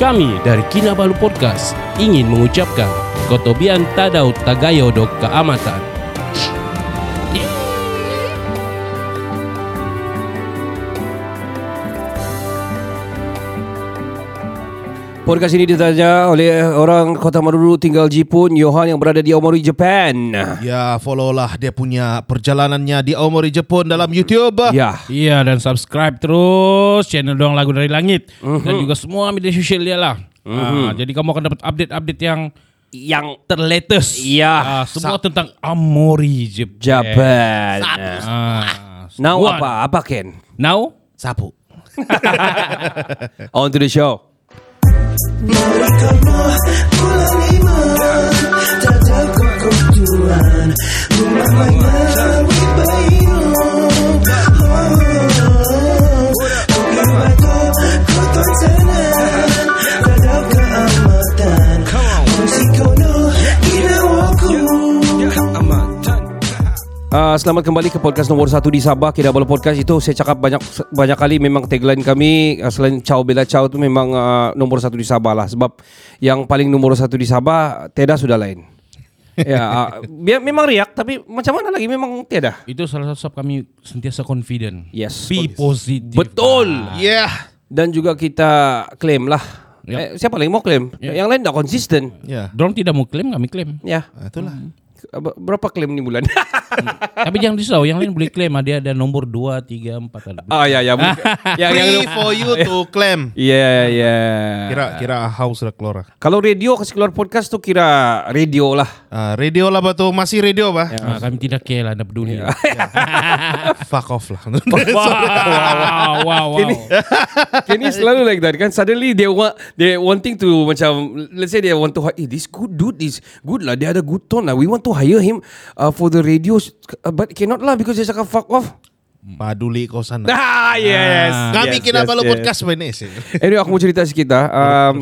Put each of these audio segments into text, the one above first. Kami dari Kinabalu Podcast ingin mengucapkan Kotobian Tadau Tagayo Dok Keamatan. Podcast ini ditanya oleh orang Kota Maruru tinggal Jepun, Johan yang berada di Omori, Japan. Ya, follow lah dia punya perjalanannya di Omori Jepun dalam YouTube. Ya. Iya dan subscribe terus channel Doang Lagu Dari Langit dan juga semua media sosial dia lah. Ah, jadi kamu akan dapat update-update yang Yang terlatest. Ah, Iya. semua tentang Amori Jepang. Japan. Ah, Now Wan. apa? Apa Ken? Now? Sapu. On to the show. Uh, selamat kembali ke podcast nomor satu di Sabah Kinabalu Podcast itu saya cakap banyak banyak kali memang tagline kami uh, selain Ciao Bella Ciao itu memang uh, nomor satu di Sabah lah sebab yang paling nomor satu di Sabah Teda sudah lain ya uh, dia memang riak tapi macam mana lagi memang tiada Itu salah satu sebab kami sentiasa confident. Yes. Be positive. betul Yeah. dan juga kita klaim lah Yep. eh, siapa lagi mau klaim yang lain tidak konsisten Ya. Dorong tidak mau klaim, kami klaim. ya Ah, Itulah. Ber- berapa klaim ini bulan Tapi jangan risau, yang lain boleh klaim. Ada ada nomor 2, 3, 4. Ada. ah ya ya ya Free for you to claim. ya ya Kira kira house dah keluar. Kalau radio kasi keluar podcast tu kira radio lah. Ah, radio lah batu masih radio bah. Ya. Ah, kami tidak care lah, anda peduli. Ya. Ah, Fuck off lah. Wow, wow, wow, wow. Kenny selalu like that kan. Suddenly they want they wanting to macam let's say they want to hi- eh, this good dude is good lah. Dia ada good tone lah. We want to hire him uh, for the radio uh, but cannot lah because dia cakap fuck off. Paduli kau sana. Ah yes. Kami Yes, kena yes, balu yes. podcast ini sih. Anyway aku mau cerita sikit lah. Um,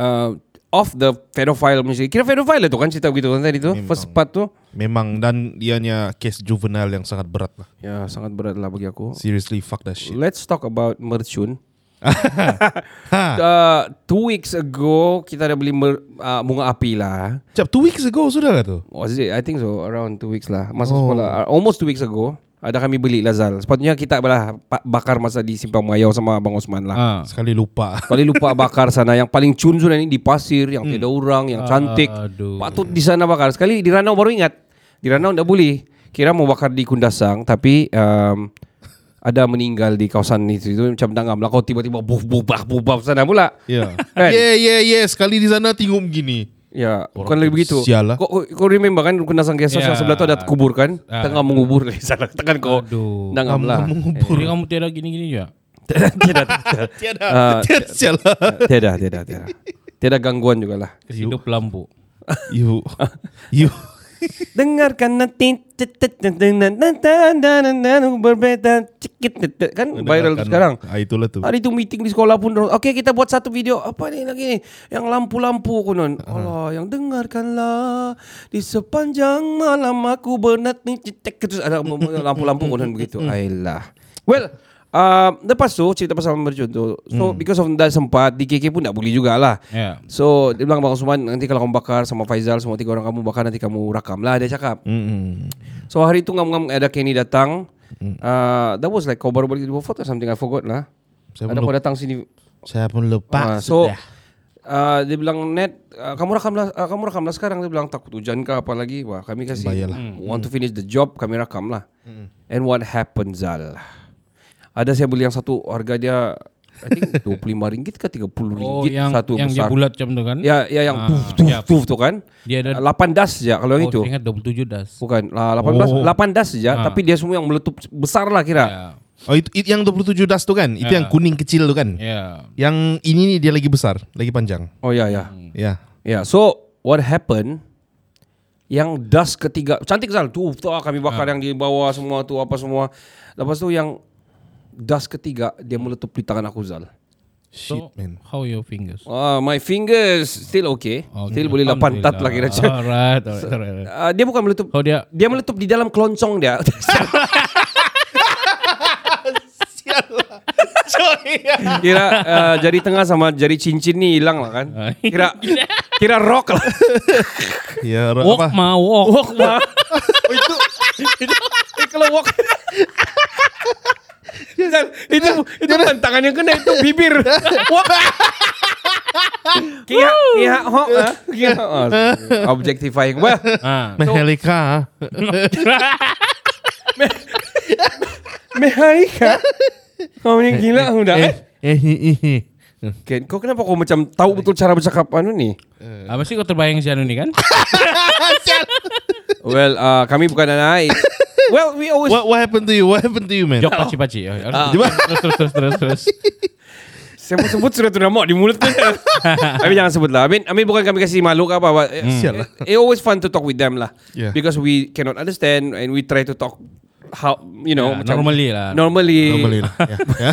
uh, off the pedophile music. Kira pedophile tu kan cerita begitu kan tadi tu. First part tu. Memang dan dianya case juvenile yang sangat berat lah. Ya sangat berat lah bagi aku. Seriously fuck that shit. Let's talk about mercun. Ha. Uh, two weeks ago kita dah beli mer, uh, bunga api lah. Cap two weeks ago sudah lah tu. Was it? I think so. Around two weeks lah. Masa Oh. sekolah. Uh, almost two weeks ago. Ada kami beli lah Zal. Sepatutnya kita lah pa- bakar masa di Simpang Mayau sama Abang Osman lah. Ah. Sekali lupa. Sekali lupa bakar sana. Yang paling cun sudah ni di pasir. Yang tiada orang. Yang cantik. Hmm. aduh. Patut di sana bakar. Sekali di Ranau baru ingat. Di Ranau tak boleh. Kira mau bakar di Kundasang. Tapi um, ada meninggal di kawasan itu. Itu macam dangam lah. Kau tiba-tiba buf bubah bubah sana pula. Ya. Kan? Yeah, yeah, yeah. Sekali di sana tinggung gini. Ya, bukan lagi begitu. sial lah. Kau, kau, kau remember kan Rukun Nasang Kiasa Ya. yeah. sebelah tu ada kubur kan? Ah. Tengah mengubur dari sana. Tekan kau. Aduh. Nangam lah. Jadi kamu tiada gini-gini juga? Tiada. Tiada sial. Ah, tiada, tiada, tiada. Tiada gangguan juga lah. Hidup lampu. You. You. Dengarkan nanti berbeda cikit kan viral tu sekarang. Ah, itulah tu. Hari tu meeting di sekolah pun dorang, Okay kita buat satu video Apa ni lagi ni Yang lampu-lampu konon Allah yang dengarkanlah Di sepanjang malam aku bernat ni cetek Terus ada lampu-lampu konon begitu Ayolah Well uh, Lepas tu cerita pasal mercun tu So because of that sempat DKK pun tak boleh jugalah Ya. So dia bilang Bang Osman Nanti kalau kamu bakar sama Faizal Semua tiga orang kamu bakar Nanti kamu rakam lah Dia cakap Hmm. Mm-mm. So hari tu ngam-ngam ada Kenny datang Hmm. uh, That was like kau baru balik dari Beaufort or something I forgot lah Saya ada belum- kau datang sini Saya pun Ah, lupa. So uh, Dia bilang Net uh, Kamu rakamlah uh, Kamu rakamlah sekarang Dia bilang takut hujan ke apa lagi Wah kami kasih Bayarlah. Hmm. Want to finish the job Kami rakam lah Hmm. And what happened Zal Ada saya beli yang satu Harga dia I think 25 ringgit ke 30 Oh, ringgit yang Satu yang dia besar bulat macam tu kan? Ya, ya Ah, yang tuf, tuf, ya. tuf tu kan Dia ada 8 das je kalau Oh, yang itu saya ingat 27 das. Bukan lah, 18 Oh. 8 das saja tapi dia semua yang meletup besar lah kira. Ya. Oh itu, itu yang 27 das tu kan? Itu Ah. yang kuning kecil tu kan? Iya. Ya. Yang ini ni dia lagi besar, lagi panjang. Oh ya ya. Ya. Ya, so what happened yang das ketiga cantik Zal tu tu ah, kami bakar yang di bawah semua tu apa semua. Lepas tu yang das ketiga dia meletup di tangan aku Zal. Shit So, man. how your fingers? Ah, my fingers still okay. Still boleh lah pantat lah kira. Alright, alright, alright. alright. Ah, dia bukan meletup Oh dia dia meletup di dalam keloncong dia. Kira uh, jari tengah sama jari cincin ni hilang lah kan. Kira kira rock lah. Ya, ra- Oh, Walk apa? Oh, ma walk. Walk ma. Eh, kalau walk. Dan itu itu bukan tangan yang kena itu bibir. Walk. Kia kia ho ah. kia ho. ah. Objectifying. Wah, Ah. Mehelika. mehaika. Kau ni gila udah. Eh, Eh, hi, hi, hi. Ken, kau kenapa kau macam tahu betul cara bercakap anu ni? Apa sih kau terbayang si Anu ni kan? Well, uh, kami bukan anak. Well, we always What, what happened to you? What happened to you, man? Jok paci paci. Ah. Terus terus terus terus terus. Saya mau sebut sudah tu nama di mulut tu. Tapi jangan sebut lah. I mean, I mean bukan kami kasih malu ke apa. But uh, Sial lah. it, it always fun to talk with them lah. Yeah. Because we cannot understand and we try to talk how you know Ya, normally lah. Normally. Normally lah. Ya, ya.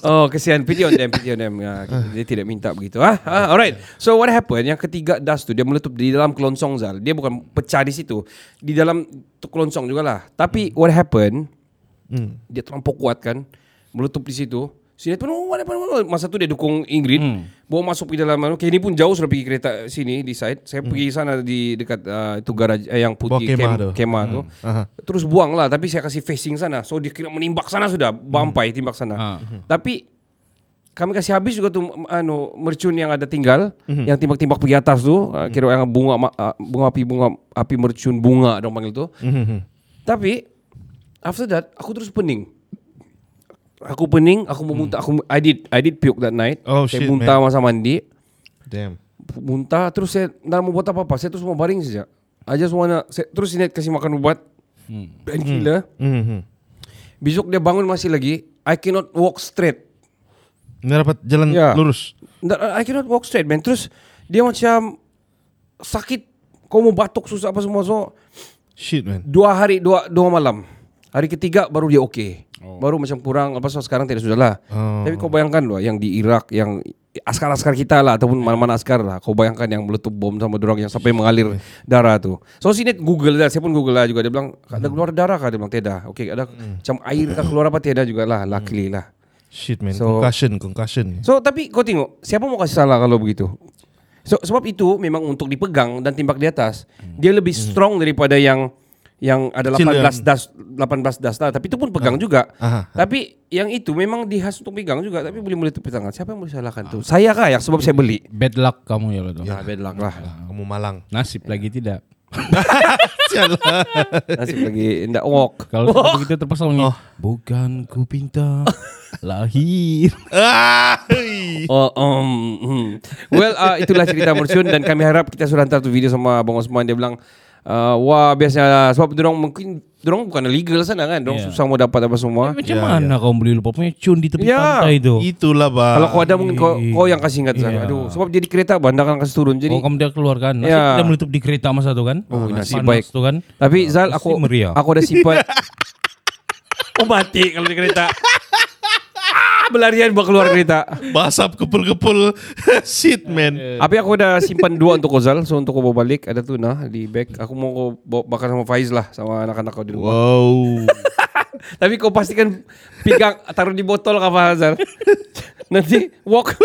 Oh kesian pity on them, pity on them. Ya, dia tidak minta begitu. Ah, ah, alright. So what happened? Yang ketiga das tu dia meletup di dalam kelongsong Zal. Dia bukan pecah di situ. Di dalam tu kelongsong jugalah. Tapi what happened? Hmm. Dia terlampau kuat kan. Meletup di situ. Sini pun oh, what happened? What happened? Masa tu dia dukung Ingrid. Hmm. Bawa masuk ke dalam anu. Kenny pun jauh sudah pergi kereta sini di side. Saya pergi sana di dekat ah, itu garaj eh, yang Bawa putih Hmm. kemah tu. Hmm. kemah tu. Aha. Terus buang lah Tapi saya kasih facing sana So dia kira menimbak sana sudah Hmm. Bampai timbak sana Ha. Ah. Tapi Kami kasih habis juga tu m- anu, Mercun yang ada tinggal Hmm. Yang timbak-timbak pergi atas tu ah, Kira yang bunga ma- ah, Bunga api Bunga api mercun bunga Dong panggil tu Hmm, Tapi After that Aku terus pening Aku pening Aku mau muntah aku, I did I did puke that night Hmm. Oh, Saya shit, muntah masa mandi Damn. muntah terus saya tak mau buat apa-apa saya terus mau baring saja I just wanna saya, terus Sinet kasih makan ubat dan gila Mm-hmm. besok dia bangun masih lagi I cannot walk straight Nggak dapat jalan Ya. lurus. Nggak, I cannot walk straight man terus dia macam sakit kau mau batuk susah apa semua so Shit, man. dua hari dua dua malam hari ketiga baru dia oke baru macam kurang apa so sekarang tidak sudah lah Oh. tapi kau bayangkan loh yang di Irak yang askar-askar kita lah ataupun mana-mana askar lah kau bayangkan yang meletup bom sama dorang yang sampai mengalir darah tu so sini google dah saya pun google lah juga dia bilang ada keluar darah kah dia bilang tiada okey ada macam air kah keluar apa tiada juga lah luckily lah Shit, man. So- concussion, concussion. So tapi kau tengok siapa mau kasih salah kalau begitu? So sebab itu memang untuk dipegang dan timbak di atas dia lebih strong daripada yang yang ada Kecil 18 das 18 das lah. tapi itu pun pegang juga. Aha. Tapi yang itu memang dihas untuk pegang juga tapi boleh meletup di tangan. Siapa yang boleh salahkan tu? Saya kah yang sebab saya beli? Bad luck kamu ya betul. Ah, bad luck lah. Kamu malang. Nasib Iya. lagi tidak. Sial lah. Nasib lagi ndak walk. Kalau sampai begitu terpaksa nyanyi. Oh. Bukan ku pinta lahir. Iya, Ah, hei. Oh, um, hmm. Well, uh, itulah cerita Mursyun dan kami harap kita sudah hantar tu video sama Abang Osman dia bilang uh, wah biasanya sebab dorong mungkin dorong bukan legal sana kan. Dorong Yeah. susah mau dapat apa semua. Macam mana kau beli lupa mecun di tepi Ya. pantai itu? Itulah, ba. Kalau kau ada mungkin kau, kau yang kasih ingat sana. Yeah. Aduh, sebab jadi kereta bandar kan kasih turun jadi. Oh kamu dia keluarkan. Nasib Ya. tidak menutup di kereta masa itu kan. Oh, nasib Panas baik. Itu kan. Tapi Zal aku Mesti meriah. aku ada sifat Oh mati kalau di kereta. ah, berlarian buat keluar kereta. Basap kepul-kepul. Shit, man. Tapi aku dah simpan dua untuk Kozal So untuk kau bawa balik Ada tu nah di bag Aku mau kau bawa bakar sama Faiz lah Sama anak-anak kau di rumah Wow. Tapi kau pastikan Pegang Taruh di botol kau Fazal Nanti walk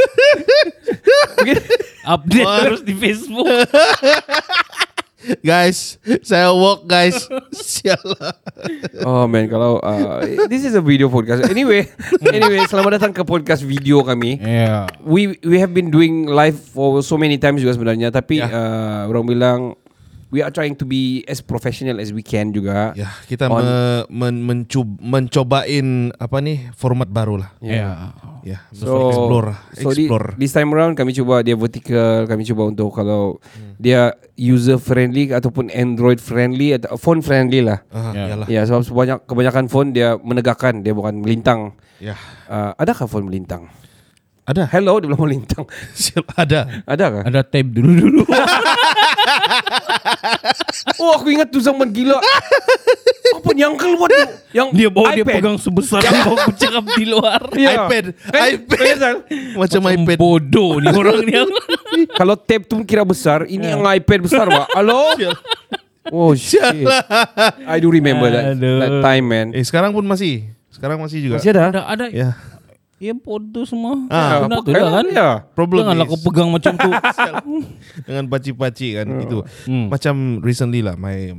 Mungkin Update terus di Facebook. guys, saya walk, guys. Sial lah. Oh man Kalau uh, This is a video podcast Anyway Anyway Selamat datang ke podcast video kami Ya. We we have been doing live For so many times juga sebenarnya Tapi uh, Orang bilang We are trying to be As professional as we can juga Ya, kita On- me- men- mencub- mencobain apa nih format baru lah. Ya. Iya. Ya, So, explore, lah. so di- explore. this time around kami cuba dia vertical, kami cuba untuk kalau dia user friendly ataupun Android friendly atau phone friendly lah. Ah, Ya. iyalah. Ya sebab sebanyak kebanyakan phone dia menegakkan, dia bukan melintang. Ya. Uh, adakah phone melintang? Ada. Hello dia belum melintang. Sial, ada. Adakah? Ada tape dulu dulu. oh aku ingat tu zaman gila. Apa yang keluar tu? Yang Dia bawa dia iPad. pegang sebesar dia bawa cakap di luar. Ya. iPad, Kan? iPad. Kan, Zal? Macam iPad. Bodoh nih orang dia. Iya. Kalau tape tu kira besar, ini yang iPad besar pak. Ya. Halo? Iya. Oh shit. I do remember that, Aduh. Eh, that time man. Eh, sekarang pun masih. Sekarang masih juga. Masih ada? Iya. Ada ada Ya. Ya bodoh semua. Ah, Benar tu pakai lah lah, kan. ya. Problem Janganlah is- kau pegang macam tu. Dengan Oh. paci-paci kan gitu. Hmm. Macam recently lah my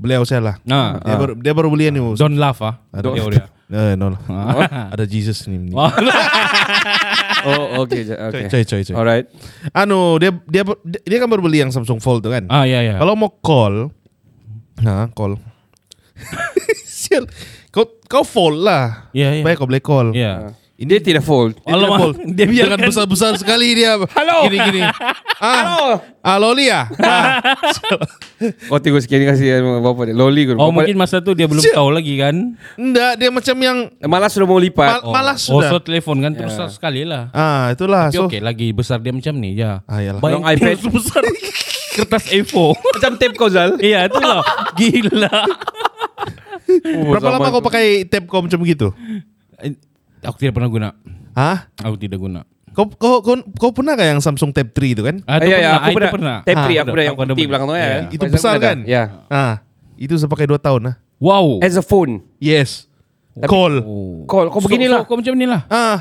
beliau saya lah. Ah. Nah, Dia baru dia baru beli ni. Ustaz. don't laugh ah. Ada- Teori dia. Eh, no lah. Ada Jesus ni. ni. Wah, Oh, okay. ja- okay. Coy, coy, coy. Alright. Anu dia dia dia kan baru beli yang Samsung Fold tu kan. ah ya ya. Kalau mau call Nah call Sial Kau kau fold lah Ya, ya. Baik Ah. kau boleh call ya. Ini dia tidak fold. Dia tidak Alamak, fold dia Dia biarkan biarkan. besar-besar sekali dia Halo. Gini gini ah, Oh. Halo Lia ah, Kau tengok sekian kasih bapa dia. Loli ke? Oh Bapa- mungkin masa tu dia belum tahu lagi kan. Nggak dia macam yang Malah sudah mau mal, lipat. Malas Oh so sudah telefon kan terus sekali lah. Ah itulah Tapi so okey lagi besar dia macam ni ya. Ah, iyalah. Bayangkan Long iPad. sebesar kertas A4. Macam tape kau Zal. Iya tu lah. Gila. Oh, Berapa zaman lama kau tu. pakai tab kau macam gitu? Eh, Aku tidak pernah guna. Hah? Aku tidak guna. Kau kau kau, kau pernah gak yang Samsung Tab 3 itu kan? Ah, tu Ya, ya, pernah, ah, aku itu pernah. Tape Ah, free, aku ada, pernah yang ada putih pernah. belakang tu ya. Ya. kan? Itu Pasal besar aku ada. kan? Ya. Ah, itu saya pakai 2 tahun ah. lah. Wow. As a phone. Yes. Call. Oh. Kau kau beginilah. So, so, kau macam ni lah. Ah,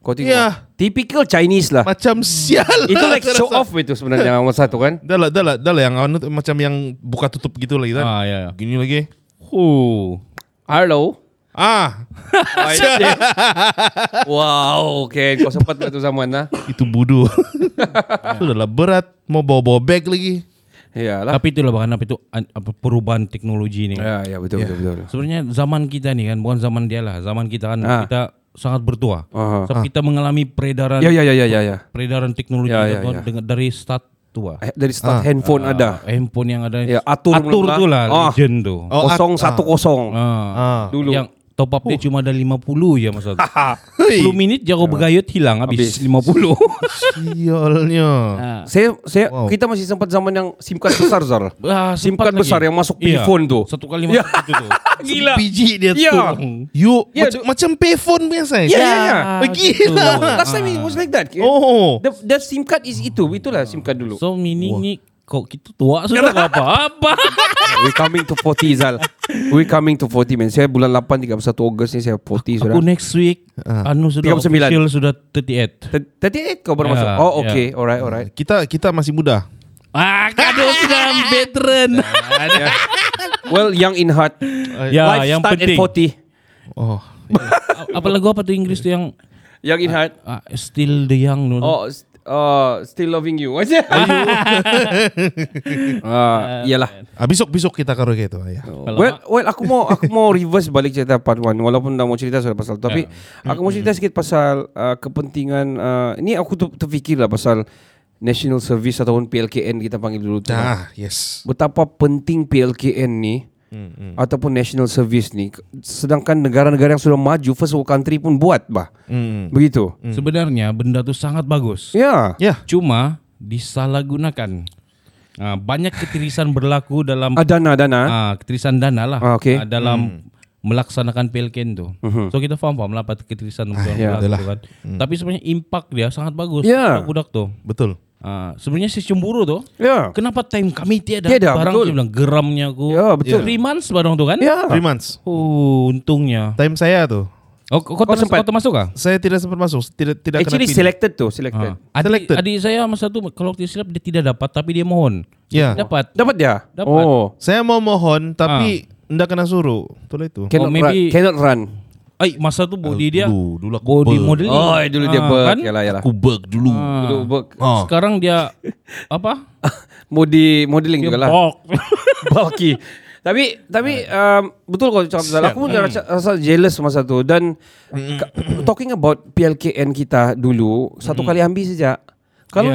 Kau tengok. Ya. Typical Chinese lah. macam sial. Itu lah like saya show rasa. off itu sebenarnya nomor satu kan. Dah lah, dah lah, dah lah yang anu tu macam yang buka tutup gitu lagi kan. Ah ya. ya. Gini lagi. Oh. Hello. Ah, wow, okay. Kau sempat waktu zaman lah. nah. itu budu. Sudahlah berat, mau bawa-bawa bag lagi. Iyalah. Tapi itulah bahkan apa itu an- apa perubahan teknologi ni. Ya, ya betul betul betul. Sebenarnya zaman kita ni kan bukan zaman dia lah. Zaman kita kan Ah. kita sangat bertua. Aha. Sebab kita mengalami peredaran Ya ya ya ya ya ya. peredaran teknologi Ya, ya, dengan, ya. dengan- dari start tua. Eh, Dari Ah. start handphone ada. Handphone yang ada Ya, atur atur belum tu lah. lah Ah. legend tu. Oh, at- Kosong satu kosong. Ah. Ah. Dulu. Oh. Yang top up dia cuma ada 50 ya masa tu. 10 minit jago Ah. bergayut hilang habis, 50. Sialnya. ah. Saya saya kita masih sempat zaman yang SIM card besar Zar. Ah, SIM sempat Iya. card besar yang masuk Payphone tu. Satu kali masuk itu tu. Iya. Gila. Biji dia Ya. tu. You Ya. macam, macam payphone biasa. Ya, ya, ya. Ah, Gila. Last time it was like that. Oh. The, the SIM card is itu. Itulah SIM card dulu. So mini ni kok kita tua sudah ke apa apa. We coming to 40 Zal. We coming to 40 man. Saya bulan 8 31 Ogos ni saya 40 sudah. Ah. Aku next week anu sudah 39. official sudah 38. Te- 38 kau Ya, baru masuk. Oh ya. okay. Alright alright. Kita kita masih muda. Ah, kado sudah veteran. Nah, Well young in heart. ya, Life yang start penting. at 40. Oh. A- Apa lagu apa tu Inggris tu yang Young in heart. ah, Still the Young tu. Oh, s- oh still loving you. What's that? Ah, iyalah. Ah, besok-besok kita karaoke itu. Ya. Well, well aku mau aku mau reverse balik cerita part 1 walaupun dah mau cerita soal pasal tu, tapi aku mau cerita sikit pasal uh, kepentingan uh, ini aku tu terfikir lah pasal National Service ataupun PLKN kita panggil dulu tu. Ah, yes. betapa penting PLKN ni ataupun national service ni sedangkan negara-negara yang sudah maju first world country pun buat bah Hmm. begitu Sebenarnya benda tu sangat bagus. ya Ya. Cuma disalahgunakan. Ah, banyak ketirisan berlaku dalam yeah. dana dana ah, ketirisan dana lah Ha? Ah, Ah, okey. Mhm. Hmm. dalam melaksanakan PLKN tu. So kita faham faham lah apa ketirisan ah, ya, berlaku kan. Hmm. Tapi sebenarnya impact dia sangat bagus Ya. budak tu. Betul. Ah, sebenarnya si cemburu tu ya Kenapa time kami tiada? Tiada, barang betul. saya bilang geramnya aku. Ya, betul. Three months barang tu kan? ya Three months. Oh, untungnya. Time saya tu. Oh, kau, kau, Kau termasuk, sempat? kau termasuk kah? Saya tidak sempat masuk. Tidak tidak actually kena pilih. selected tu Ha. selected Adik, Selected. adik saya masa tu kalau dia silap dia tidak dapat tapi dia mohon. Ya. Dapat. dapat dia Dapat. oh Saya mau mohon tapi ndak kena suruh. Itulah itu. Oh, cannot maybe- run cannot run Ai, masa tu body dia Dulu, dulu aku body ber- modeling. oh dulu dia Ah, ber kan? yalah yalah Aku berg dulu. Ah. dulu ber Ah. Sekarang dia apa? modi modeling Dia Hmm. juga lah bulk. bulky. tapi tapi Ah. um, betul kau cakap Zal. Aku pun rasa, Hmm. rasa jealous masa tu dan ka- talking about PLKN kita dulu satu kali ambil saja. Kalau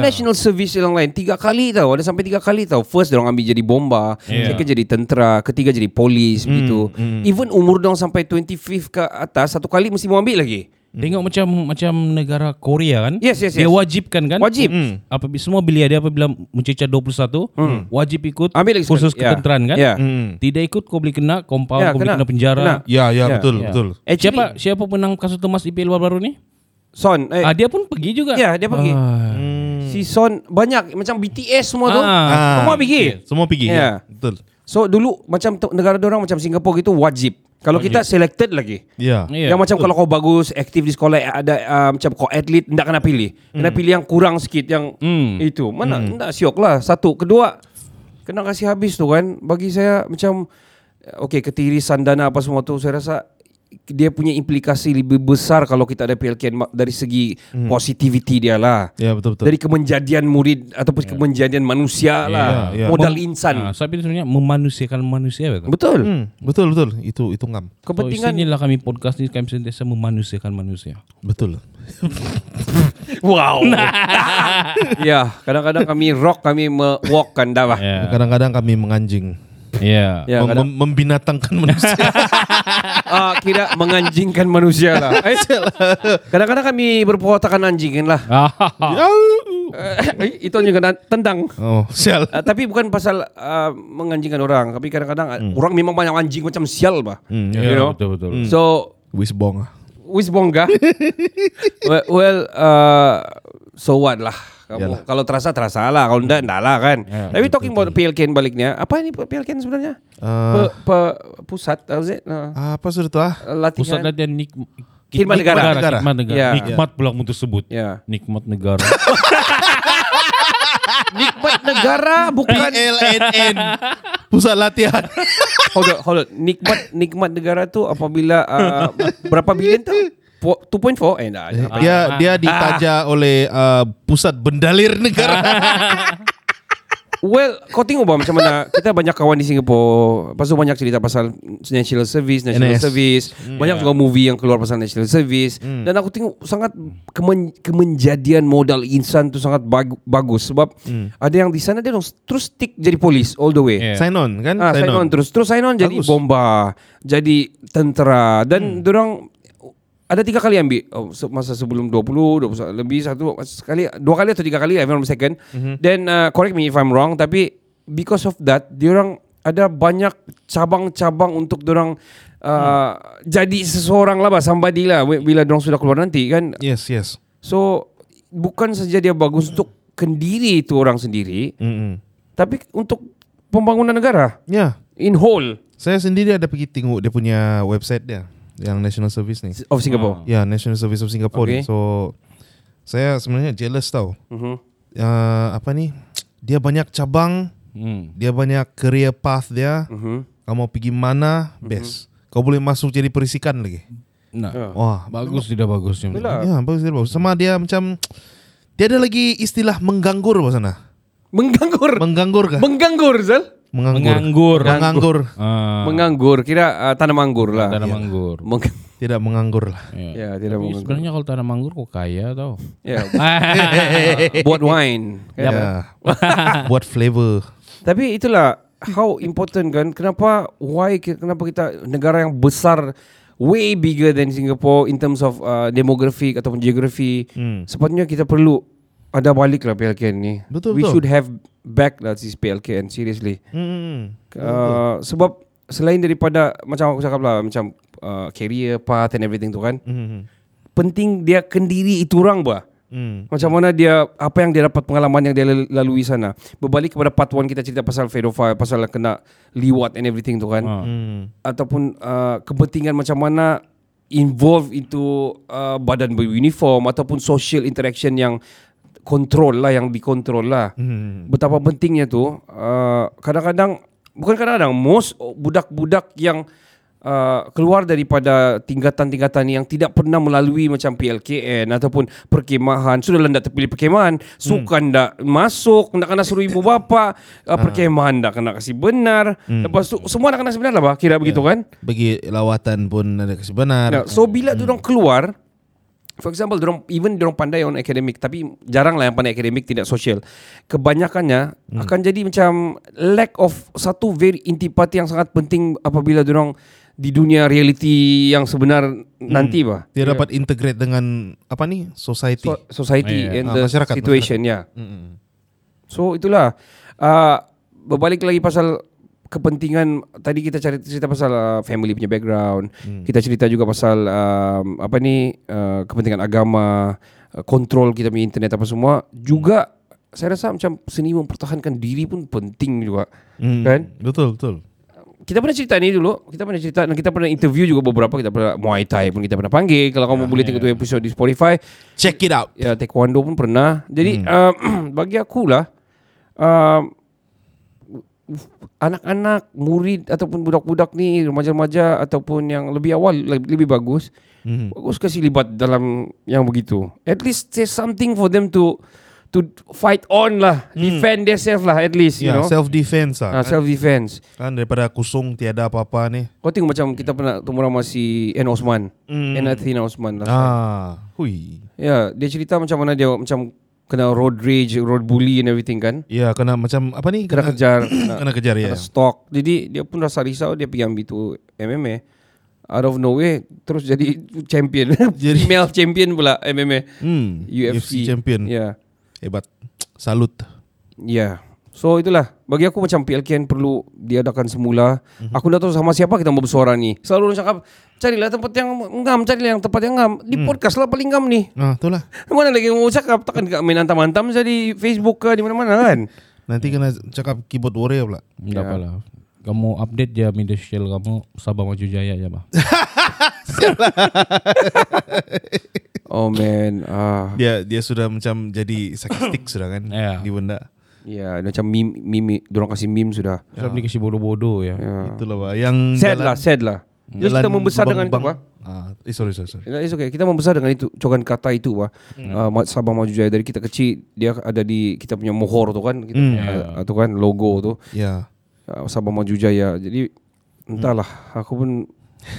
Hmm. Yeah. national service yang lain tiga kali tau ada sampai tiga kali tau first dia ambil jadi bomba Yeah. Hmm, second jadi tentera ketiga jadi polis begitu even umur dia sampai 25 ke atas satu kali mesti mau ambil lagi Tengok macam macam negara Korea kan? Yes, yes, Dia yes. wajibkan kan? wajib Apa semua bilia dia apabila mencecah 21 wajib ikut Hmm. Ambil lagi kursus sekali. Ya. ketenteraan kan? Ya. Hmm. Tidak ikut kau boleh kena compound, Ya, kau boleh kena. kena penjara. Kena. Ya, ya, betul, Ya. betul. Actually- siapa siapa menang kasus emas IPL baru ni? Son eh, ah dia pun pergi juga. ya dia pergi Ah. si Son banyak macam BTS semua tu Ah. Hmm. semua pergi Iya, Semua pergi. Ya. Ya. Betul. So dulu macam tu- negara orang macam Singapura gitu wajib. Kalau kita selected lagi. Ya. Iya. Yang macam kalau kau bagus, aktif di sekolah ada uh, macam kau atlet, tidak kena pilih. Kena pilih yang kurang sikit yang Hmm. itu. Mana tidak syok lah. Satu, kedua kena kasih habis tu kan. Bagi saya macam okey ketirisan dana apa semua tu saya rasa dia punya implikasi lebih besar kalau kita ada PLKN ma- dari segi positivity dia lah. Ya betul betul. Dari kemenjadian murid ataupun kemenjadian manusia lah. ya. Modal Mem- insan. Ah, tapi sebenarnya memanusiakan manusia betul. Betul. Hmm, betul betul. Itu itu ngam. Kepentingan Kepentingan so, inilah kami podcast ni kami sentiasa memanusiakan manusia. Betul. Wow. ya, kadang-kadang kami rock, kami me-walkkan dah lah. Ya. Kadang-kadang kami menganjing. Ya. Ya, Mem- kadang, mem- membinatangkan manusia. Ah, kira menganjingkan manusia lah. Eh, kadang-kadang kami berpuatakan anjingin lah. Ah, Eh, Itu juga na- tendang. oh, sial. Ah, tapi bukan pasal ah, menganjingkan orang, tapi kadang-kadang ah, orang memang banyak anjing macam sial bah. Hmm, ya, ya. betul betul. So, Wisbong. ah. wis bongga. well, well ah, so what lah. Kamu, kalau terasa terasa lah, kalau enggak enggak lah kan. tapi talking about PLKN baliknya, apa ini PLKN sebenarnya? Eh, pe, pe, pusat apa sih? Nah, apa sudah tu ah? Pusat latihan latihan. nik Khidmat negara. negara. Iya. Khidmat negara. Ya. Nikmat pula kamu tersebut. Ya. Nikmat negara. Nikmat negara bukan PLNN. Pusat latihan. hold on, hold on. Nikmat nikmat negara tu apabila ah, berapa bilion tu? Po- 2.4 eh dah. dah. dia dia ditaja oleh eh, pusat bendalir negara. Well, kau tengok bah macam mana kita banyak kawan di Singapura. Lepas tu banyak cerita pasal national service, national NS. service. Banyak juga movie yang keluar pasal national service. Dan aku tengok sangat kemen, kemenjadian modal insan tu sangat bag- bagus sebab ada yang di sana dia dong terus stick jadi polis all the way. Ya. sign on kan? Ah, sign on terus terus sign on jadi bomba, jadi tentera dan dorang ada tiga kali ambil oh, se- masa sebelum 20, 20 lebih satu sekali dua kali atau tiga kali I remember second. Then uh, correct me if I'm wrong tapi because of that diorang ada banyak cabang-cabang untuk dorang uh, jadi seseorang lah bah, somebody lah wi- bila dorang sudah keluar nanti kan. Yes, yes. So bukan saja dia bagus untuk kendiri itu orang sendiri Mm-mm. tapi untuk pembangunan negara Ya. Yeah. in whole. Saya sendiri ada pergi tengok dia punya website dia yang National Service ni. of Singapore. Ya, National Service of Singapore. Okay. ni. So saya sebenarnya jealous tau. Mhm. Uh, apa ni? Dia banyak cabang, Hmm. dia banyak career path dia. Mhm. Kau mau pergi mana? Mm-hmm. Best. Kau boleh masuk jadi perisikan lagi. Nah. Ah. Wah. Bagus tidak bagusnya. Bila Ya, bagus dia bagus. Sama dia macam dia ada lagi istilah mengganggur bahasa sana. menganggur. Mengganggur kah? menganggur Zal. Menganggur. Menganggur. Menganggur. Ah, Menganggur kira uh, tanam anggur lah. tanam anggur. Meng- Tidak menganggur lah. Ya. ya, tidak Tapi menganggur. sebenarnya kalau tanam anggur kok kaya tau. Ya. Iya. buat wine. Ya. Buat flavor. Tapi itulah how important kan kenapa why ki- kenapa kita negara yang besar way bigger than Singapore in terms of uh, demographic ataupun geografi sepatutnya kita perlu ada balik lah PLKN ni. Betul, We betul. should have back lah this PLKN seriously. Hmm. Uh, sebab selain daripada macam aku cakap lah macam uh, career path and everything tu kan Hmm. penting dia kendiri itu orang bah Hmm. macam mana dia apa yang dia dapat pengalaman yang dia lal- lalui sana berbalik kepada part 1 kita cerita pasal Fedova pasal kena liwat and everything tu kan Ah. Hmm. ataupun uh, kepentingan macam mana involve itu uh, badan beruniform ataupun social interaction yang kontrol lah yang dikontrol lah Hmm. betapa pentingnya tu uh, kadang-kadang bukan kadang-kadang most budak-budak yang uh, keluar daripada tingkatan-tingkatan yang tidak pernah melalui macam PLKN ataupun perkemahan sudah ndak terpilih perkemahan sukan ndak masuk ndak kena suruh ibu bapa uh, perkemahan ndak kena kasih benar lepas tu semua ndak kena kasih benar lah bah kira begitu kan Bagi lawatan pun ada kasih benar. Nah, so bila hmm. diorang keluar For example, diorang, even diorang pandai on academic Tapi jarang lah yang pandai academic tidak sosial Kebanyakannya Hmm. akan jadi macam Lack of satu very intipati yang sangat penting Apabila diorang di dunia reality yang sebenar Hmm. nanti bah Dia dapat integrate dengan apa nih society. Ya. Hmm, So- Society Ah, ya, ya. and Ah, the masyarakat, situation ya. Mm-mm. So itulah uh, Berbalik lagi pasal kepentingan Tadi kita cari cerita pasal uh, family punya background Kita cerita juga pasal um, Apa ni uh, Kepentingan agama uh, Kontrol kita punya internet apa semua Juga Saya rasa macam seni mempertahankan diri pun penting juga Mm. Kan? Betul betul. kita pernah cerita ni dulu. Kita pernah cerita dan kita pernah interview juga beberapa. Kita pernah Muay Thai pun kita pernah panggil. Kalau kamu boleh tengok tu episode di Spotify. Ya, Check it out. Hmm. Ya, taekwondo pun pernah. Jadi uh, bagi akulah uh, anak-anak, murid ataupun budak-budak ni, remaja-remaja ataupun yang lebih awal le- lebih bagus. Mhm. Bagus kasih libat dalam yang begitu. At least say something for them to to fight on lah, defend themselves lah at least, you Hmm. Ya, know. self defense Ah, lah. Kan, self defense. kan daripada kusung tiada apa-apa ni. Kau tengok macam kita pernah temu ramai si N Osman. Hmm. N Athena Osman lah. Ah, hui. Ya, dia cerita macam mana dia macam kena road rage, road bully and everything kan. Ya, kena macam apa ni? Kena Kena kejar, kena, kena kejar ya. kena stalk. Jadi dia pun rasa risau dia pergi ambil tu MMA. Out of nowhere terus jadi champion. Jadi- Female champion pula MMA. Hmm, UFC. Ya. champion. Yeah. Hebat. Salut. Ya. So itulah bagi aku macam PLKN perlu diadakan semula. Mm-hmm. Aku tak tahu sama siapa kita mau bersuara ni. Selalu orang cakap carilah tempat yang ngam, carilah yang tempat yang ngam. Di podcast lah paling ngam ni. Ah, itulah. Mana lagi yang mau cakap takkan dekat main hantam-hantam saja di Facebook ke di mana-mana kan. Nanti kena cakap keyboard warrior pula. Tidak apalah. Kamu update je media sosial kamu Sabah Maju Jaya ya, Pak. Oh man. Ah. Dia dia sudah macam jadi sarkastik sudah kan Ya. di benda. Ya, macam meme meme dorang kasih meme sudah. Sebab dia kasi bodoh-bodoh ya. Ya. Itulah Pak. yang Sad lah, sad lah. Terus kita membesar dengan itu, Pak. Ah, eh, sorry sorry sorry. It's okay. Kita membesar dengan itu cogan kata itu bah. Hmm. Uh, Sabah Maju Jaya dari kita kecil dia ada di kita punya mohor tu kan, kita punya, uh, tu kan logo tu Ya. uh, Sabah Maju Jaya. Jadi entahlah, aku pun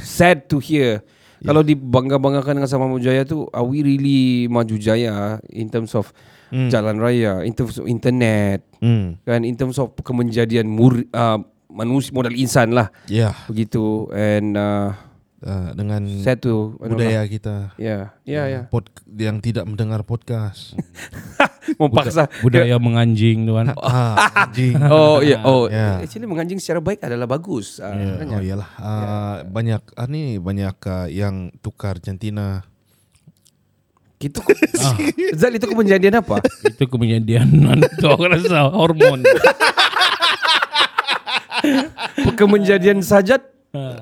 sad to hear. Kalau dibangga-banggakan dengan Sabah Maju Jaya tu, are we really Maju Jaya in terms of jalan raya, in terms of internet, Hmm. kan in terms of kemenjadian mur, uh, manusia modal insan lah Ya, begitu and uh, ah, dengan sad to budaya kita Ya, ya, ya. pod, yang tidak mendengar podcast. Memaksa. Ya. Budaya menganjing tu kan. ah, anjing. Oh ya, oh. Ya. Actually menganjing secara baik adalah bagus. Ah, Ya, kan, Oh iyalah. Ah, banyak ah, ni banyak ah, yang tukar jantina. Gitu. Zal itu kemenjadian apa? Itu kemenjadian nanti aku rasa hormon. kemenjadian sajat. oh,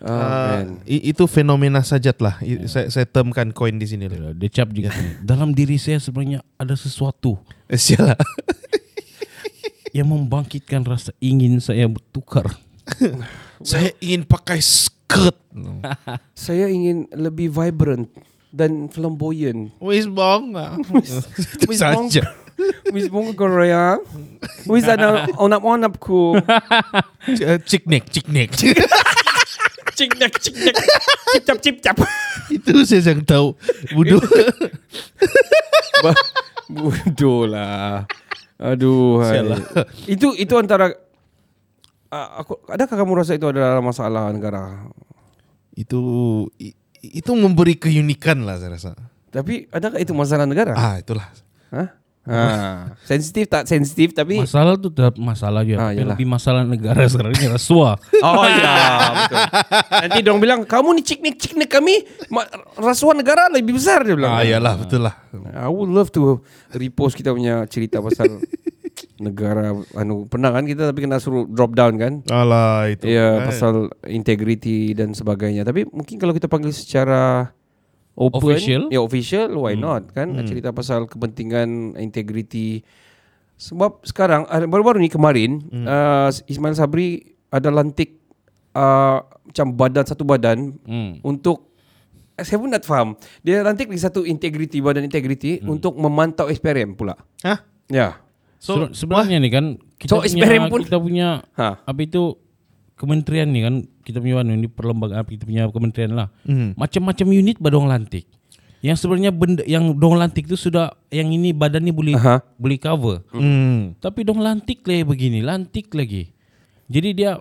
Ha. Ah, man. i- itu fenomena sajat lah. I- Saya, saya termkan koin di sini lah. Dia cap juga. Ya. Dalam diri saya sebenarnya ada sesuatu Eh, Sial lah. yang membangkitkan rasa ingin saya bertukar. saya ingin pakai skirt. Saya ingin lebih vibrant dan flamboyan. Wis bong. lah. itu Wis bong. saja. Wis bunga Korea. Wis ada onap-onap ku. Eh, Ciknik, ciknik. Ciknak, ciknak. Cip-cap, cip-cap. itu saya yang tahu. Bodoh. Ba- Bodoh lah. Aduh. hai. Sial lah. Itu itu antara Ah, aku adakah kamu rasa itu adalah masalah negara? itu i- itu memberi keunikan lah saya rasa. Tapi adakah itu masalah negara? Ah, itulah. Hah? Ha. sensitif tak sensitif tapi Eh. Masalah tu tetap masalah je. Ah, Tapi iyalah. lebih masalah negara sekarang ini rasuah. Oh ya betul. Nanti dong bilang Kamu ni ciknik ciknik kami ma- Rasuah negara lebih besar Dia bilang Ah, iyalah, betul lah. I would love to Repost kita punya cerita pasal Negara anu Pernah kan kita Tapi kena suruh drop down kan Alah, itu. Ya pasal integriti dan sebagainya Tapi mungkin kalau kita panggil secara Open Official? Hmm. Ya official Why not kan Cerita pasal kepentingan integriti Sebab sekarang ah, Baru-baru ni kemarin ah, Ismail Sabri ada lantik ah, Macam badan satu badan Hmm. Untuk Saya pun tak faham Dia lantik di satu integriti Badan integriti Hmm. Untuk memantau SPRM pula Hah? Ya So, sebenarnya nih kan kita So, punya SPRM pun- kita punya Ha. apa itu kementerian nih kan kita punya anu ini perlembagaan kita punya kementerian lah. Macam-macam unit badong lantik. Yang sebenarnya benda yang dong lantik itu sudah yang ini badan ni boleh Aha. boleh cover. Hmm. Tapi dong lantik lagi begini, lantik lagi. Jadi dia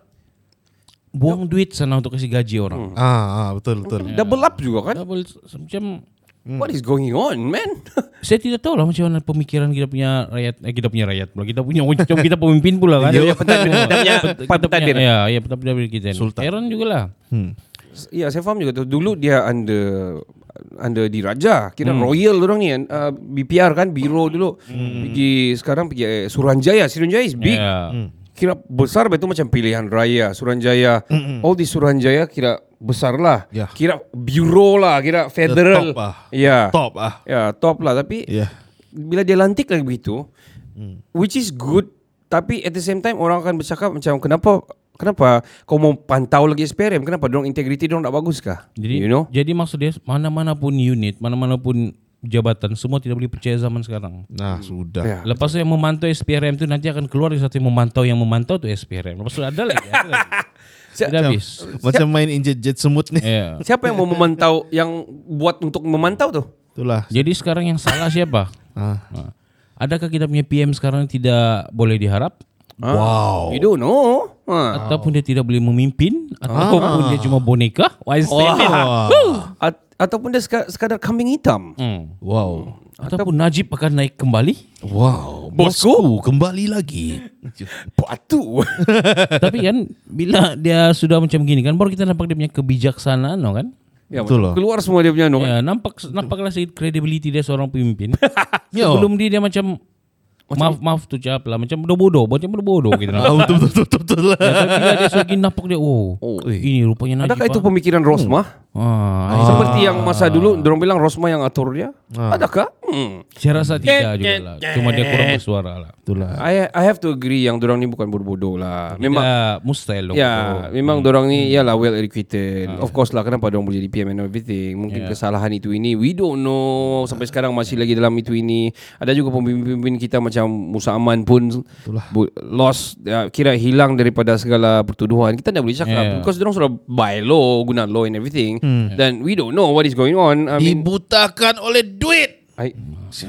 buang duit sana untuk kasih gaji orang. Hmm. Ah, ah, betul, betul. Double up juga kan Double s- macam What is going on man saya tidak tahu lah macam mana pemikiran kita punya rakyat eh, kita punya rakyat pula kita punya macam kita pemimpin pula kan. Dia punya pentadbir, kita punya pentadbir. Ya, ya pentadbir kita. Sultan. Heran juga lah. Ya saya faham juga tu Dulu dia under Under diraja Kira hmm. royal orang ni uh, Hmm. BPR kan Biro dulu hmm. Pergi sekarang pergi eh, Suranjaya Suranjaya eh, is big yeah. Ya. kira besar betul macam pilihan raya Suranjaya all di Suranjaya kira besar lah Ya. kira bureau lah kira federal top lah. ya Top ah. ya top lah tapi Ya. bila dia lantik lagi begitu Hmm. which is good tapi at the same time orang akan bercakap macam kenapa kenapa kau mau pantau lagi SPRM kenapa dorong integriti dorong tak bagus kah Jadi you know jadi maksud dia mana-mana pun unit, mana-mana pun jabatan semua tidak boleh percaya zaman sekarang. Nah, sudah. Ya. Lepas tu yang memantau SPRM tu nanti akan keluar satu yang memantau yang memantau tu SPRM. Lepas tu ada lagi. Ada lagi. Sudah habis. Macam main injet jet semut nih. Ya. siapa yang mau memantau yang buat untuk memantau tu Itulah. Jadi sekarang yang salah siapa? Ah. Ha. Adakah kita punya PM sekarang tidak boleh diharap? Ah. Oh. wow you don't know ha. Ataupun dia tidak boleh memimpin? Ataupun dia cuma boneka? Why is that? At- ataupun dia seka- sekadar kambing hitam Hmm. Wow. Ataupun Najib akan naik kembali? Wow. Bosku. kembali lagi. Oh, patu Tapi kan bila dia sudah macam gini kan baru kita nampak dia punya kebijaksanaan no kan? ya, Betul lah. keluar semua dia punya no Ya, nampak nampaklah sedikit credibility dia seorang pemimpin. Sebelum dia dia macam maaf maaf tu cap lah macam bodoh-bodoh, macam bodoh-bodoh gitu. nampak. Ah, betul betul betul betul, betul lah. Ya, tapi bila dia semakin nampak dia oh, Oh. ini rupanya Najib. adakah itu ah. pemikiran Rosma Ah, seperti yang masa dulu dorong bilang Rosma yang atur dia adakah hmm. saya rasa tidak juga lah. Cuma dia kurang bersuara lah. Itulah. I I have to agree yang dorong ni bukan bodoh-bodoh lah memang Memang mustahil dong. Ya, memang dorang ni ialah well educated. Of course lah kenapa dorang boleh jadi PM and everything. Mungkin kesalahan itu ini we don't know sampai sekarang masih lagi dalam itu ini. Ada juga pemimpin-pemimpin kita macam Musa Aman pun lah. bu- lost ya, kira hilang daripada segala pertuduhan. Kita tak boleh cakap Yeah. because dorang sudah by law guna law and everything. Hmm. Then we don't know what is going on. I mean, Dibutakan oleh duit. I,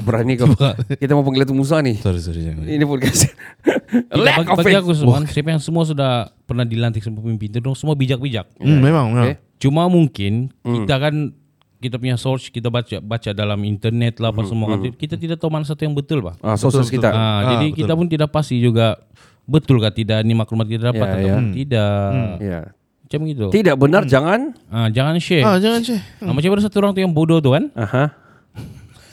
berani kau. kita mau panggil tu Musa ni. Sorry sorry jangan. Ini podcast. Tidak, Lack bagi, of bagi faith. aku semua siapa yang semua sudah pernah dilantik sebagai pemimpin itu dong semua bijak-bijak. Hmm, memang. Okay. Okay. Cuma mungkin Hmm. kita kan kita punya source kita baca baca dalam internet lah Hmm, apa semua kan. kita tidak tahu mana satu yang betul pak. Ah, sources Ah, Betul, kita. jadi kita pun tidak pasti juga betul kah tidak ni maklumat kita dapat Ya, atau tidak. Ya. Macam gitu. Tidak benar Hmm. jangan Ah, jangan share. Ah, jangan sih. Ah, macam ada satu orang tu yang bodoh tu kan. Aha.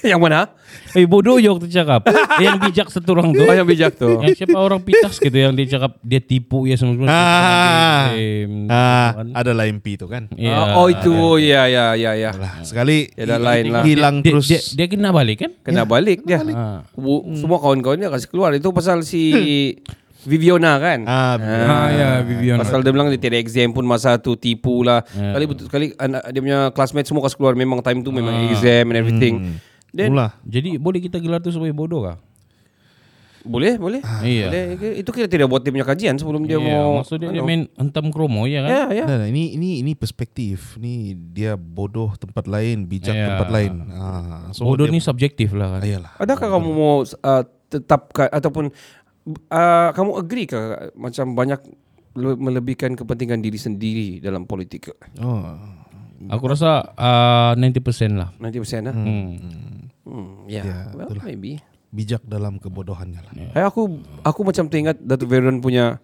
yang mana? Eh bodoh je waktu cakap. Eh, yang bijak satu orang tu. Oh, yang bijak tu. yang siapa orang pitas gitu yang dia cakap dia tipu ya semua semua. Ah. Eh, Ah, ada lah MP itu kan. ya. Oh, oh itu ya ya ya ya. Lah, sekali Ya dah lain lah. hilang dia, terus. dia, dia kena balik kan? Kena balik dia. Ah. Bu- Semua kawan-kawannya kasih keluar itu pasal si Viviona kan. Ah, Hmm. Ah, ya Vivian. Pasal dia bilang dia tidak exam pun masa tu tipu lah. Ya. Kali betul kali anak dia punya classmate semua kasih keluar memang time tu Ah. memang exam and everything. Hmm. Then Mula. Jadi boleh kita gelar tu sebagai bodoh kah? boleh boleh. Ah. iya. Boleh. Itu kita tidak buat dia punya kajian sebelum Ya, dia mau. maksud dia, dia main hentam kromo ya kan? Ya ya. Nah, nah, ini ini ini perspektif. Ini dia bodoh tempat lain, bijak Ya. tempat lain. Ah, so bodoh dia, ya ni subjektif lah kan. Ayalah. Adakah kamu mau uh, tetapkan ataupun uh, kamu agree ke macam banyak le- melebihkan kepentingan diri sendiri dalam politik? Oh. Aku rasa uh, 90% lah. Nanti persen lah. Hmm. Hmm, ya. Yeah. well, maybe. Bijak dalam kebodohannya lah. Eh, aku aku macam teringat Datuk Veron punya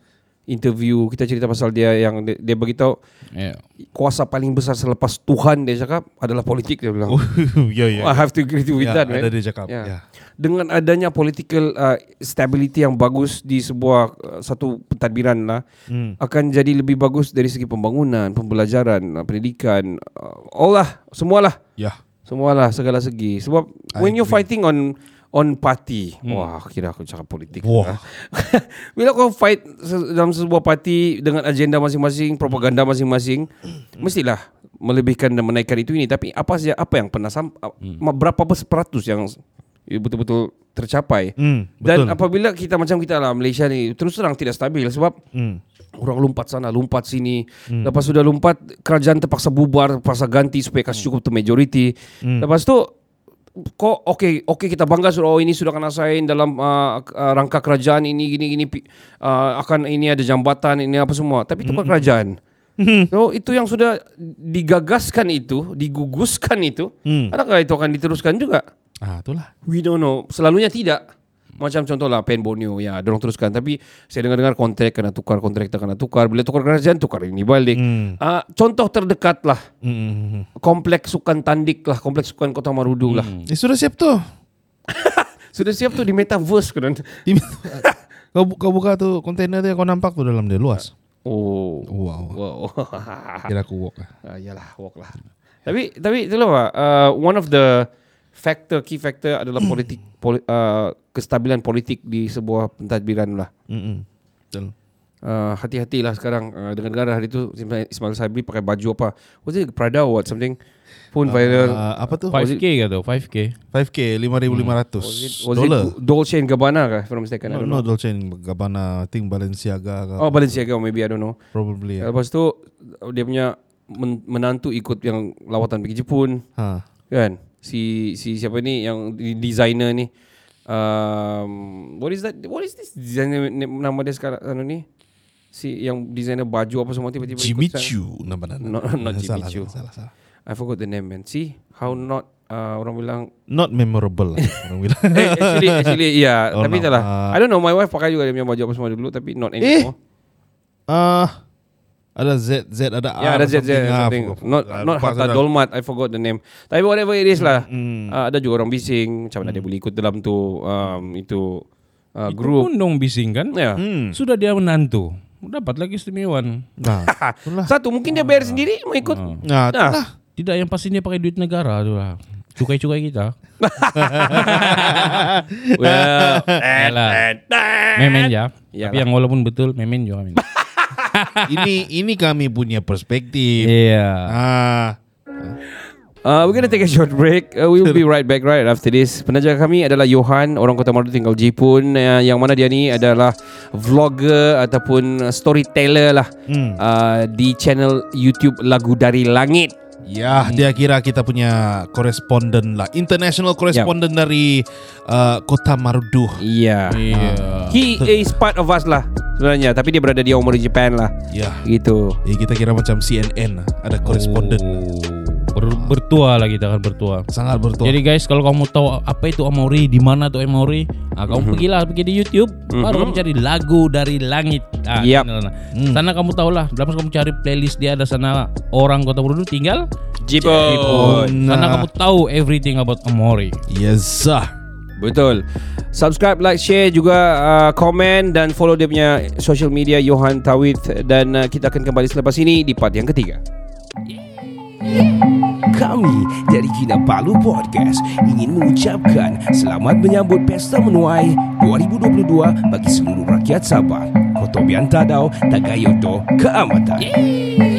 interview kita cerita pasal dia yang dia, dia beritahu Ya. kuasa paling besar selepas Tuhan dia cakap adalah politik dia bilang. ya ya. I have to agree with Ya, that. ada man. dia cakap. Ya. Dengan adanya political uh, stability yang bagus di sebuah uh, satu pentadbiran lah Hmm. akan jadi lebih bagus dari segi pembangunan, pembelajaran, uh, pendidikan, uh, all lah, semualah. Ya. Semualah segala segi. Sebab when you fighting on on party, wah kira aku cakap politik. Hmm. Ha? Wah. Bila kau fight se- dalam sebuah parti dengan agenda masing-masing, propaganda masing-masing, Hmm. mestilah melebihkan dan menaikkan itu ini. Tapi apa saja apa yang pernah sam- a- Hmm. berapa persentus yang betul-betul tercapai. Hmm, Dan betul. apabila kita macam kita lah Malaysia ni terus terang tidak stabil sebab Hmm. orang lompat sana, lompat sini. Lepas sudah lompat kerajaan terpaksa bubar, terpaksa ganti supaya kasih cukup tu majority. Hmm. Lepas tu kok okey okey kita bangga sudah oh ini sudah kena sign dalam uh, uh, rangka kerajaan ini gini gini pi- uh, akan ini ada jambatan ini apa semua tapi itu Hmm. kan kerajaan. So itu yang sudah digagaskan itu, diguguskan itu, Hmm. adakah itu akan diteruskan juga? Ah, itulah. We don't know. Selalunya tidak. Macam contohlah Pen Borneo ya, dorong teruskan tapi saya dengar-dengar kontrak kena tukar, kontrak tak kena tukar. Bila tukar kerajaan tukar ini balik. Ah, contoh terdekat lah. Hmm. Kompleks Sukan Tandik lah, Kompleks Sukan Kota Marudu lah. Eh, sudah siap tuh. Sudah siap tu di metaverse kan. Tim- Kau, bu- kau buka tu kontainer dia kau nampak tu dalam dia luas. Oh. Wow. Wow. Kira aku walk. lah. Ah, yalah, walk lah. Tapi tapi itulah Pak. Uh, one of the factor key factor adalah politik poli, uh, kestabilan politik di sebuah pentadbiran lah. Mm-mm. Betul. Uh, hati-hatilah sekarang uh, dengan negara hari tu Ismail- Ismail Sabri pakai baju apa? Was it Prada or what something? Pun viral. Ah, apa tu? 5K kata 5K 5K 5500 was it, was dollar. it Dolce and Gabbana kah if I'm not mistaken? I No, don't no know. Dolce and Gabbana, I think Balenciaga Oh Uh, Balenciaga or maybe I don't know. probably. Yeah. Lepas tu dia punya men- menantu ikut yang lawatan pergi Jepun. Ha. Kan Si si siapa ni Yang di- designer ni um, What is that What is this Designer ni- Nama dia sekarang Anu ni Si yang designer baju Apa semua tiba-tiba ikut Jimmy sekarang. Choo nama nama. No, not Jimmy salah, Choo. Salah, salah. I forgot the name man See How not uh, Orang bilang Not memorable lah orang bilang. eh, Actually Actually yeah Oh, Tapi no. tak lah Ah. I don't know My wife pakai juga Dia punya baju apa semua dulu Tapi not anymore Ah, ada Z, Z ada Ya yeah, R ada Z something. Z Ah, something. aku- Not aku not lupa harta sana. dolmat. I forgot the name. Tapi whatever it is lah. Mm. Uh, ada juga orang bising. Macam mana Hmm. dia boleh ikut dalam tu um, itu uh, Itu group. pun dong bising kan Ya. Hmm. Sudah dia menantu Dapat lagi istimewaan Nah, itulah. Satu mungkin dia bayar sendiri mau ikut. Ah. Nah, itulah. Tidak yang pasti dia pakai duit negara tu lah Cukai-cukai kita Well, Yalah. Memen ya Tapi Yalah. yang walaupun betul Memen juga memen. ini ini kami punya perspektif. Iya Ah, uh, we're gonna take a short break. Uh, we will be right back right after this. Penaja kami adalah Johan, orang Kota Maru tinggal Jepun. Uh, yang mana dia ni adalah vlogger ataupun storyteller lah Hmm. uh, di channel YouTube Lagu dari Langit. Hmm. ya dia kira kita punya koresponden lah, international Ya. koresponden dari uh, kota Maruduh. Ah, Iya. Iya Ya. He is part of us lah sebenarnya tapi dia berada di Omori Japan lah. Ya, Gitu. ya kita kira macam CNN lah, ada koresponden. Ber- Bertua lah kita kan bertua Sangat bertuah. Jadi guys kalau kamu tahu apa itu Amori, di mana tuh Amori, ah, kamu pergilah pergi di YouTube, baru kamu cari lagu dari langit. Ah, Yap. sana, sana. Sana kamu tahu lah, dapat kamu cari playlist dia ada sana orang Kota Borobudur tinggal. Jepun. Nah. Sana oh, kamu tahu everything about Amori. Oh, Yes sah. Betul. Subscribe, like, share juga uh, komen dan follow dia punya social media Johan Tawid dan uh, kita akan kembali selepas ini di part yang ketiga. Kami dari Kinabalu Podcast ingin mengucapkan selamat menyambut Pesta Menuai 2022 bagi seluruh rakyat Sabah. Koto Biantadau, Tagayoto, Keamatan.